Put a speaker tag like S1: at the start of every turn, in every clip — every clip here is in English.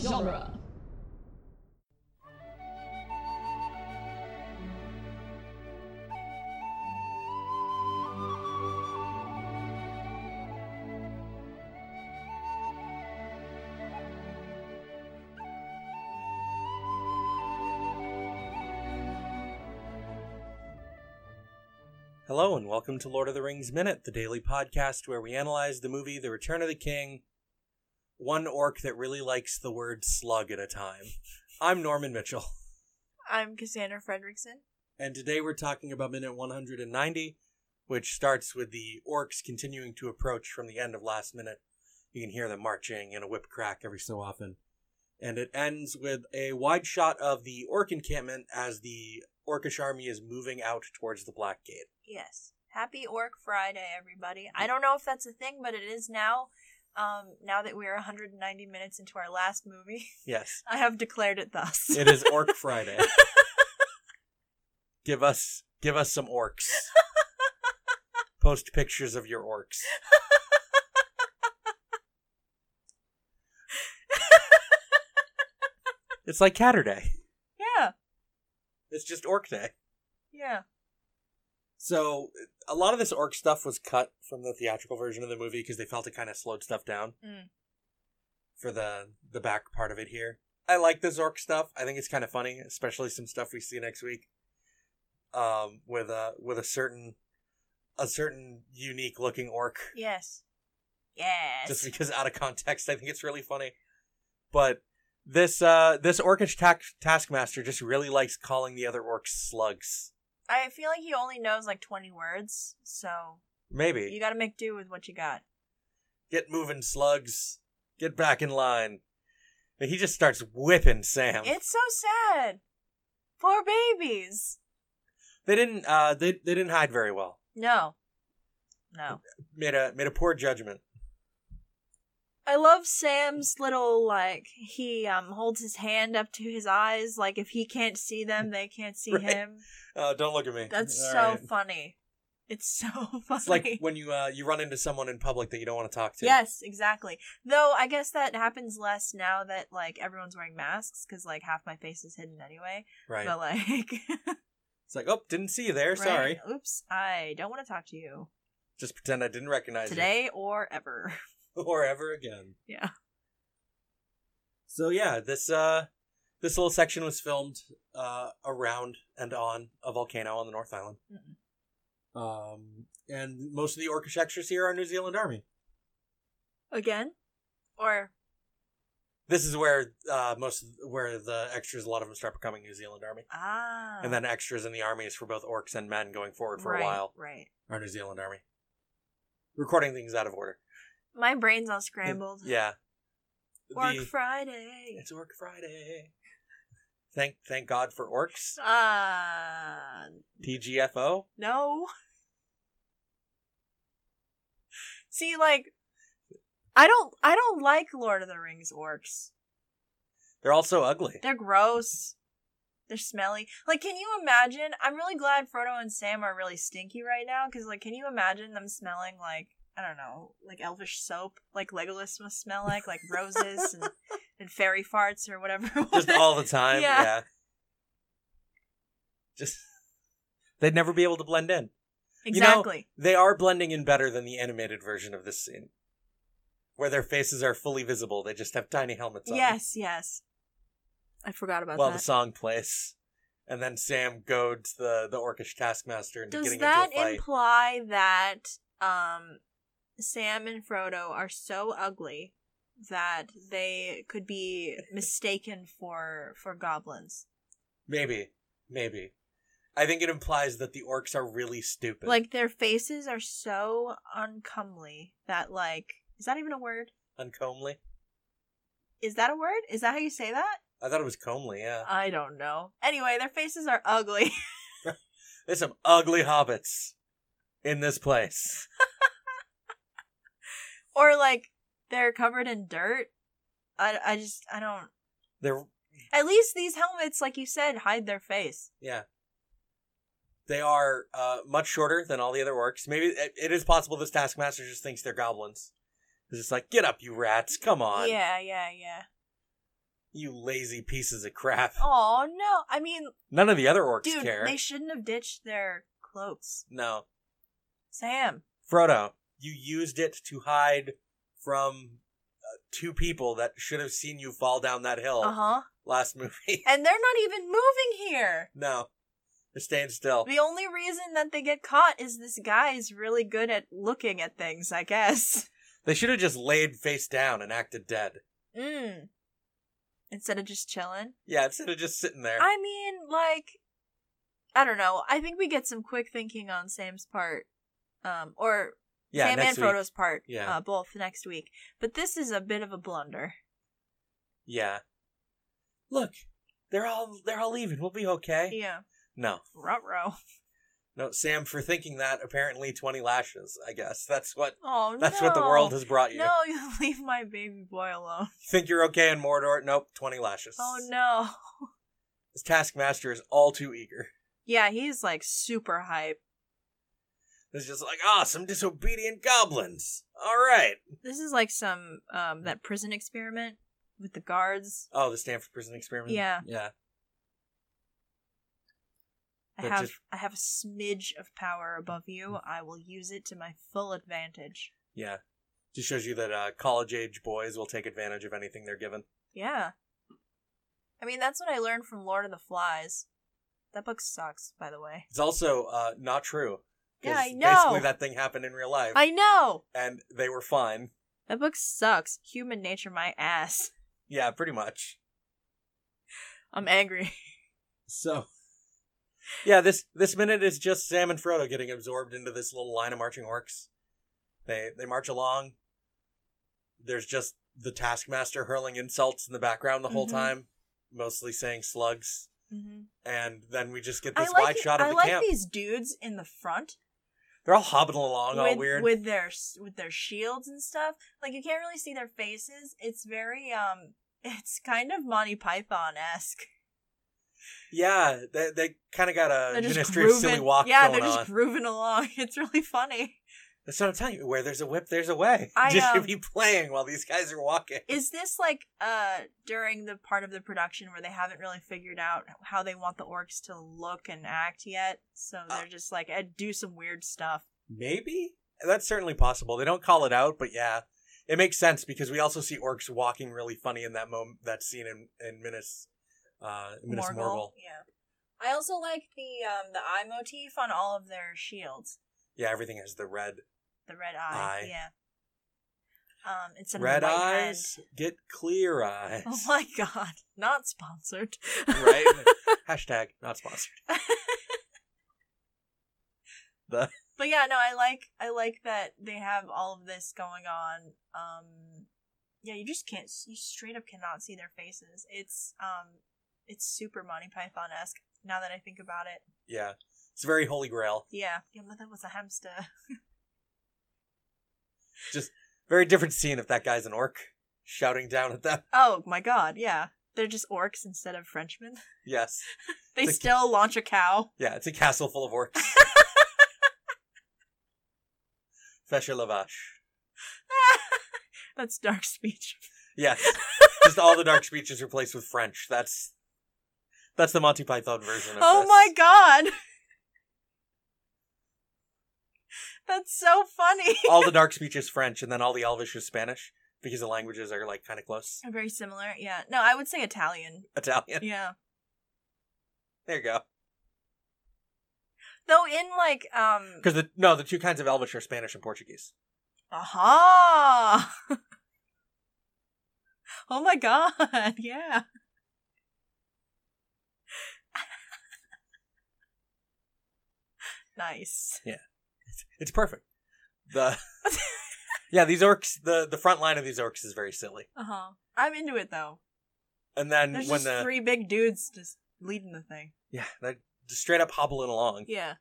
S1: genre.
S2: Hello, and welcome to Lord of the Rings Minute, the daily podcast where we analyze the movie The Return of the King, one orc that really likes the word slug at a time. I'm Norman Mitchell,
S3: I'm Cassandra Fredrickson.
S2: and today we're talking about Minute 190, which starts with the orcs continuing to approach from the end of last minute. You can hear them marching and a whip crack every so often. And it ends with a wide shot of the orc encampment as the orcish army is moving out towards the Black Gate.
S3: Yes. Happy Orc Friday, everybody. I don't know if that's a thing, but it is now. Um, now that we're 190 minutes into our last movie,
S2: Yes.
S3: I have declared it thus.
S2: It is Orc Friday. give us give us some orcs. Post pictures of your orcs. it's like Catterday.
S3: yeah,
S2: It's just Orc Day.
S3: yeah.
S2: So a lot of this orc stuff was cut from the theatrical version of the movie because they felt it kind of slowed stuff down
S3: Mm.
S2: for the the back part of it here. I like this orc stuff. I think it's kind of funny, especially some stuff we see next week. Um, with a with a certain a certain unique looking orc.
S3: Yes. Yes.
S2: Just because out of context, I think it's really funny. But this uh this orcish ta- taskmaster just really likes calling the other orcs slugs.
S3: I feel like he only knows like 20 words, so
S2: Maybe
S3: you gotta make do with what you got.
S2: Get moving, slugs. Get back in line. And he just starts whipping Sam.
S3: It's so sad. Poor babies.
S2: they didn't uh they, they didn't hide very well.
S3: No. No.
S2: Made a made a poor judgment.
S3: I love Sam's little like he um holds his hand up to his eyes like if he can't see them they can't see
S2: Right.
S3: him.
S2: Uh don't look at me.
S3: That's
S2: All
S3: so
S2: right.
S3: funny. It's so funny.
S2: It's like when you uh you run into someone in public that you don't want to talk to.
S3: yes, exactly. Though I guess that happens less now that like everyone's wearing masks cuz like half my face is hidden anyway.
S2: Right.
S3: But like
S2: it's like, oh, didn't see you there,
S3: right?
S2: sorry.
S3: Oops, I don't want to talk to you
S2: Just pretend I didn't recognize
S3: today or ever.
S2: you. Or ever again.
S3: Yeah.
S2: So yeah, this uh this little section was filmed uh around and on a volcano on the North Island.
S3: Mm-mm. Mm-hmm.
S2: Um and most of the orcish extras here are New Zealand Army.
S3: Again? Or
S2: This is where uh, most of, where the extras, a lot of them start becoming New Zealand Army,
S3: ah.
S2: and then extras in the armies for both orcs and men going forward for
S3: right,
S2: a while
S3: Right.
S2: are New Zealand Army. Recording things out of order.
S3: My brain's all scrambled.
S2: Yeah.
S3: Orc
S2: The-
S3: Friday.
S2: it's Orc Friday. Thank thank God for orcs.
S3: Uh,
S2: TGFO.
S3: no. See, like, I don't, I don't like Lord of the Rings orcs.
S2: They're all so ugly.
S3: They're gross. They're smelly. Like, can you imagine? I'm really glad Frodo and Sam are really stinky right now. Cause, like, can you imagine them smelling like I don't know, like elvish soap, like Legolas must smell like, like roses and, and fairy farts or whatever.
S2: Just all the time.
S3: Yeah.
S2: yeah. Just they'd never be able to blend in. know,
S3: exactly.
S2: They are blending in better than the animated version of this scene, where their faces are fully visible. They just have tiny helmets on.
S3: Yes, yes. I forgot about
S2: While the
S3: that.
S2: song plays, and then Sam goads the the orcish taskmaster into
S3: Does
S2: getting
S3: that
S2: into a fight.
S3: imply that um, Sam and Frodo are so ugly that they could be mistaken for for goblins?
S2: maybe, maybe. I think it implies that the orcs are really stupid.
S3: Like their faces are so uncomely that like is that even a word?
S2: uncomely.
S3: Is that a word? Is that how you say that?
S2: I thought it was comely. Yeah,
S3: I don't know. Anyway, their faces are ugly.
S2: there's some ugly hobbits in this place.
S3: or like they're covered in dirt. I I just I don't
S2: They're
S3: At least these helmets, like you said, hide their face.
S2: Yeah. They are uh, much shorter than all the other orcs. Maybe it, it is possible this taskmaster just thinks they're goblins. It's just like, get up, you rats! Come on.
S3: Yeah, yeah, yeah.
S2: You lazy pieces of crap.
S3: Oh no! I mean,
S2: None of the other orcs
S3: dude,
S2: care.
S3: they shouldn't have ditched their cloaks.
S2: no.
S3: Sam,
S2: Frodo, you used it to hide from uh, two people that should have seen you fall down that hill
S3: uh huh,
S2: last movie.
S3: and they're not even moving here.
S2: no. They're staying still.
S3: The only reason that they get caught is this guy is really good at looking at things, I guess.
S2: They should have just laid face down and acted dead.
S3: Mm. Instead of just chilling.
S2: Yeah, instead of just sitting there.
S3: I mean, like, I don't know. I think we get some quick thinking on Sam's part, um, or
S2: yeah,
S3: Sam and
S2: next week.
S3: Frodo's part,
S2: Yeah.
S3: uh, both next week. But this is a bit of a blunder.
S2: Yeah. Look, they're all they're all leaving. We'll be okay.
S3: Yeah,
S2: No,
S3: row.
S2: no, Sam. For thinking that, apparently twenty lashes. I guess that's what
S3: Oh
S2: that's
S3: no.
S2: what the world has brought you.
S3: No, you leave my baby boy alone.
S2: Think you're okay in Mordor? Nope, twenty lashes.
S3: Oh no.
S2: This Taskmaster is all too eager.
S3: Yeah, he's like super hype.
S2: It's just like, ah, some disobedient goblins. All right.
S3: This is like some um that prison experiment with the guards.
S2: Oh, the Stanford Prison Experiment.
S3: Yeah.
S2: yeah.
S3: I
S2: That
S3: have
S2: just- Mm.
S3: I have a smidge of power above you. I will use it to my full advantage.
S2: Yeah. Just shows you that uh, college age boys will take advantage of anything they're given.
S3: Yeah. I mean, that's what I learned from Lord of the Flies. That book sucks, by the way.
S2: It's also uh, not true. 'cause
S3: Yeah, I
S2: Basically,
S3: know.
S2: that thing happened in real life,
S3: I know.
S2: and they were fine.
S3: That book sucks. Human nature my ass.
S2: Yeah, pretty much.
S3: I'm angry.
S2: So, yeah, this this minute is just Sam and Frodo getting absorbed into this little line of marching orcs. They they march along. There's just the Taskmaster hurling insults in the background the whole
S3: Mhm.
S2: time, mostly saying slugs.
S3: Mhm.
S2: And then we just get
S3: I
S2: this
S3: like
S2: wide shot of
S3: I
S2: the
S3: like
S2: camp.
S3: these dudes in the front
S2: They're all hobbling along, all
S3: with,
S2: weird.
S3: with their s- with their shields and stuff. Like you can't really see their faces. It's very um it's kind of Monty Python esque.
S2: yeah, they they kind of got a
S3: They're just
S2: Ministry
S3: grooving.
S2: of Uh, Silly Walk
S3: yeah,
S2: going
S3: they're just
S2: on.
S3: grooving along. It's really funny.
S2: That's what I'm telling you. Where there's a whip, there's a way.
S3: I,
S2: just
S3: um,
S2: should be playing while these guys are walking.
S3: Is this like uh during the part of the production where they haven't really figured out how they want the orcs to look and act yet? So
S2: Uh,
S3: they're just like eh, do some weird stuff.
S2: Maybe? That's certainly possible. They don't call it out, but yeah. It makes sense because we also see orcs walking really funny in that moment, that scene in, in Minas, uh, Minas Morgul.
S3: Yeah. I also like the um the eye motif on all of their shields.
S2: Yeah, everything has the red.
S3: The red eye.
S2: Eye.
S3: Yeah. Um instead
S2: red
S3: of the white
S2: eyes, get clear eyes.
S3: head. Oh my god. Not sponsored.
S2: right? Hashtag not sponsored.
S3: But yeah, no, I like I like that they have all of this going on. Um yeah, you just can't you straight up cannot see their faces. It's um it's super Monty Python esque now that I think about it.
S2: Yeah. It's very holy grail.
S3: Yeah. Your mother was a hamster.
S2: Very different scene if that guy's an orc shouting down at them.
S3: Oh my god, yeah. They're just orcs instead of Frenchmen.
S2: Yes.
S3: They
S2: The-
S3: still launch a cow.
S2: Yeah, it's a castle full of orcs. Fesher Lavash.
S3: That's dark speech.
S2: Yes. Just all the dark speeches replaced with French. That's that's the Monty Python version of
S3: Oh
S2: this.
S3: my god. That's so funny.
S2: all the dark speech is French and then all the Elvish is Spanish because the languages are like kind of close.
S3: Very similar. Yeah. No, I would say Italian.
S2: Italian.
S3: Yeah.
S2: There you go.
S3: Though in like um
S2: Cuz the no, the two kinds of Elvish are Spanish and Portuguese.
S3: aha. oh my god. Yeah. nice.
S2: It's perfect. The Yeah, these orcs the the front line of these orcs is very silly.
S3: Uh-huh. I'm into it though.
S2: And then
S3: There's
S2: when
S3: just
S2: the
S3: three big dudes just leading the thing.
S2: yeah, they're just straight up hobbling along.
S3: Yeah.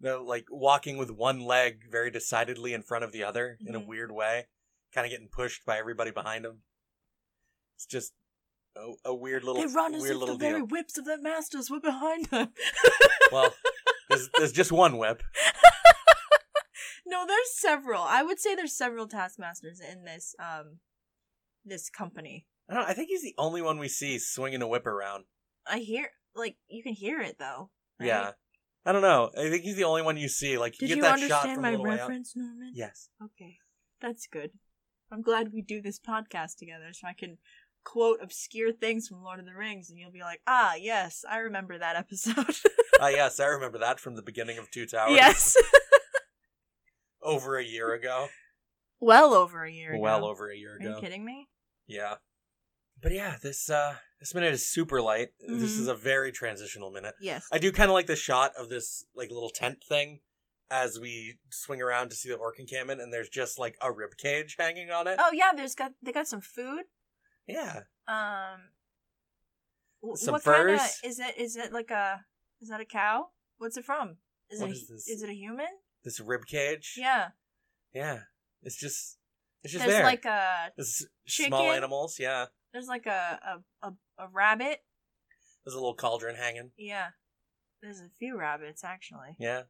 S2: They're like walking with one leg very decidedly in front of the other in a
S3: Mhm.
S2: weird way, kind of getting pushed by everybody behind them. It's just a, a weird little,
S3: They run as
S2: weird
S3: if the
S2: little deal.
S3: very whips of their masters were behind them.
S2: well, there's, there's just one whip.
S3: no, there's several. I would say there's several taskmasters in this um this company.
S2: I don't. I think he's the only one we see swinging a whip around.
S3: I hear like you can hear it though. right?
S2: Yeah, I don't know. I think he's the only one you see. Like you
S3: Did
S2: get
S3: you,
S2: that shot
S3: understand
S2: from
S3: my
S2: a little way up.
S3: reference, Norman?
S2: Yes.
S3: Okay. That's good. I'm glad we do this podcast together so I can quote obscure things from Lord of the Rings and you'll be like, ah, yes, I remember that episode.
S2: Ah, yes, I remember that from the beginning of Two Towers.
S3: yes.
S2: Over a year ago.
S3: well over a year ago.
S2: Well over a year
S3: Are you
S2: ago.
S3: kidding me?
S2: Yeah. But yeah, this uh this minute is super light. This
S3: Mhm.
S2: is a very transitional minute.
S3: Yes.
S2: I do kind of like the shot of this like little tent thing as we swing around to see the orc encampment, and there's just like a rib cage hanging on it.
S3: oh yeah, there's got they got some food.
S2: Yeah,
S3: Um wh-
S2: Some
S3: what kinda-
S2: furs?
S3: is it is it like a is that a cow? What's it from? Is
S2: What
S3: it a-
S2: is this?
S3: is it a human?
S2: this rib cage.
S3: Yeah.
S2: yeah. It's just it's just
S3: there's
S2: there.
S3: like a
S2: This is small
S3: chicken.
S2: animals. Yeah,
S3: there's like a a, a, a rabbit
S2: there's a little cauldron hanging.
S3: Yeah. There's a few rabbits, actually.
S2: Yeah,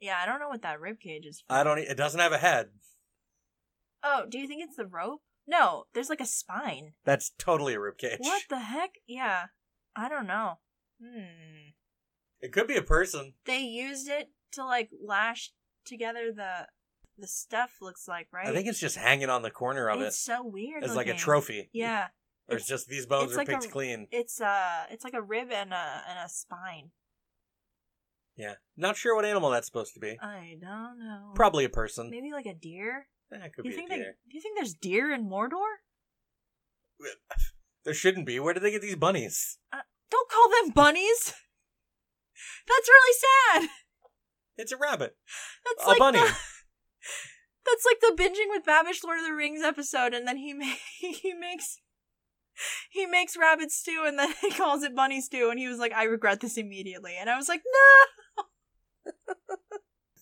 S3: Yeah, I don't know what that rib cage is for.
S2: I don't. e, It doesn't have a head.
S3: Oh, do you think it's the rope? No, there's like a spine.
S2: That's totally a rib cage.
S3: What the heck? Yeah. I don't know. Hmm.
S2: It could be a person.
S3: They used it to, like, lash together the the stuff, looks like, right?
S2: I think it's just hanging on the corner of
S3: it's so
S2: it
S3: weird.
S2: as like a
S3: looking.
S2: trophy.
S3: Yeah.
S2: Or it's just these bones
S3: it's
S2: are
S3: like
S2: picked
S3: a-
S2: clean.
S3: It's uh it's like a rib and a and a spine.
S2: Yeah. Not sure what animal that's supposed to be.
S3: I don't know.
S2: Probably a person.
S3: Um, maybe like a deer?
S2: That could
S3: you
S2: be a
S3: think they
S2: deer.
S3: do you think there's deer in Mordor?
S2: There shouldn't be. Where did they get these bunnies?
S3: Don't call them bunnies. That's really sad.
S2: It's a rabbit.
S3: That's
S2: a
S3: like
S2: bunny.
S3: The, that's like the binging with Babish Lord of the Rings episode, and then he ma- he makes he makes rabbit stew, and then he calls it bunny stew, and he was like, "I regret this immediately," and I was like, "No."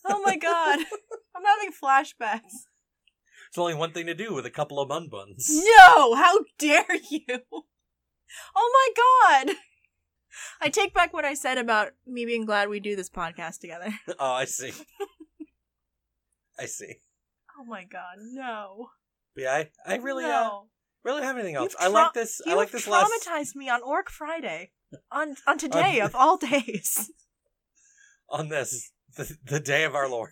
S3: oh my god, I'm having flashbacks.
S2: It's only one thing to do with a couple of bun buns.
S3: No, how dare you? Oh my god. I take back what I said about me being glad we do this podcast together.
S2: oh, I see. I see.
S3: Oh my god, no.
S2: But yeah, I, I really uh,
S3: no.
S2: really don't have anything else. I
S3: You've
S2: like
S3: trau-
S2: this
S3: you
S2: I like
S3: have
S2: this last
S3: traumatized me on Orc Friday. On on today of all days.
S2: on this the, the day of our Lord.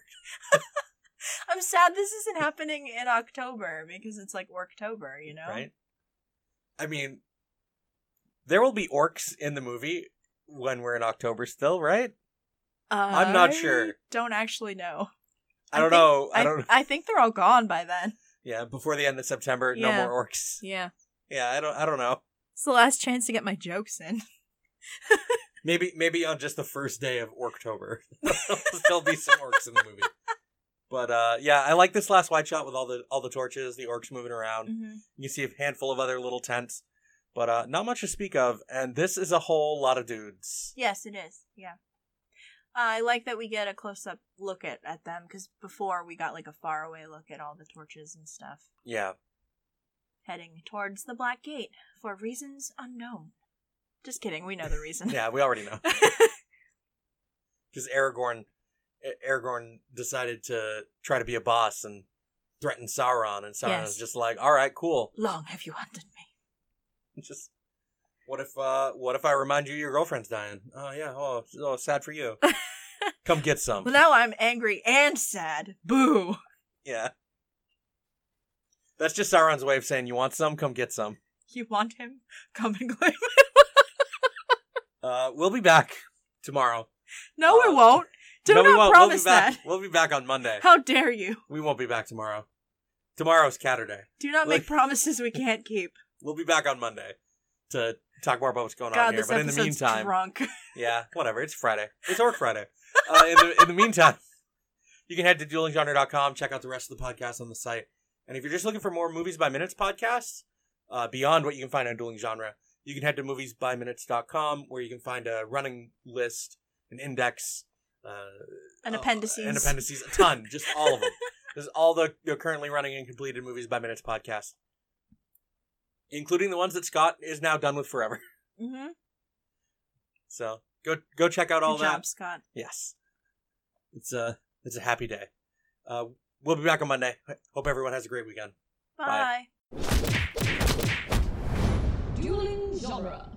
S3: I'm sad this isn't happening in October because it's like Orctober, you know?
S2: Right? I mean there will be orcs in the movie when we're in October still, right? I'm not
S3: I
S2: sure.
S3: Don't actually know.
S2: I
S3: I
S2: don't
S3: think-
S2: know. I don't
S3: I think they're all gone by then.
S2: Yeah, before the end of September,
S3: Yeah.
S2: no more orcs.
S3: Yeah.
S2: Yeah, I don't I don't know.
S3: It's the last chance to get my jokes in.
S2: Maybe maybe on just the first day of Orktober. There'll be some orcs in the movie. But uh yeah, I like this last wide shot with all the all the torches, the orcs moving around.
S3: Mm-hmm.
S2: You see a handful of other little tents. But uh not much to speak of, and this is a whole lot of dudes.
S3: Yes, it is. Yeah. Uh, I like that we get a close up look at, at them because before we got like a faraway look at all the torches and stuff
S2: Yeah.
S3: heading towards the Black Gate for reasons unknown. Just kidding, we know the reason.
S2: Yeah, we already know. Because Aragorn A- Aragorn decided to try to be a boss and threaten Sauron, and Sauron
S3: Yes.
S2: was just like, Alright, cool.
S3: Long have you hunted me.
S2: Just what if uh what if I remind you your girlfriend's dying? Oh yeah, oh, oh sad for you. Come get some.
S3: Well, now I'm angry and sad. Boo!
S2: yeah. That's just Sauron's way of saying you want some, come get some.
S3: You want him? Come and claim him.
S2: Uh we'll be back tomorrow.
S3: No,
S2: Uh,
S3: we won't. Do
S2: No, we
S3: not
S2: won't.
S3: promise
S2: we'll be back.
S3: that.
S2: We'll be back on Monday.
S3: How dare you?
S2: We won't be back tomorrow. Tomorrow's Catterday.
S3: Do not
S2: Look-
S3: make promises we can't keep.
S2: We'll be back on Monday to talk more about what's going on
S3: God,
S2: here.
S3: this
S2: But in the
S3: episode's
S2: meantime,
S3: drunk.
S2: Yeah, whatever. It's Friday. It's Orc Friday. Uh, in, the, in the meantime, you can head to duelinggenre.com, check out the rest of the podcast on the site. And if you're just looking for more Movies by Minutes podcasts, uh, beyond what you can find on Dueling Genre, you can head to moviesbyminutes.com where you can find a running list, an index, uh,
S3: An
S2: uh,
S3: appendices.
S2: and appendices, a ton, just all of them. There's all the, the currently running and completed Movies by Minutes podcast, including the ones that Scott is now done with forever.
S3: Mm-hmm.
S2: So go go check out all
S3: Good
S2: that.
S3: job, Scott.
S2: Yes. It's a it's a happy day. Uh, we'll be back on Monday. Hope everyone has a great weekend.
S3: Bye.
S2: Bye.
S1: genre.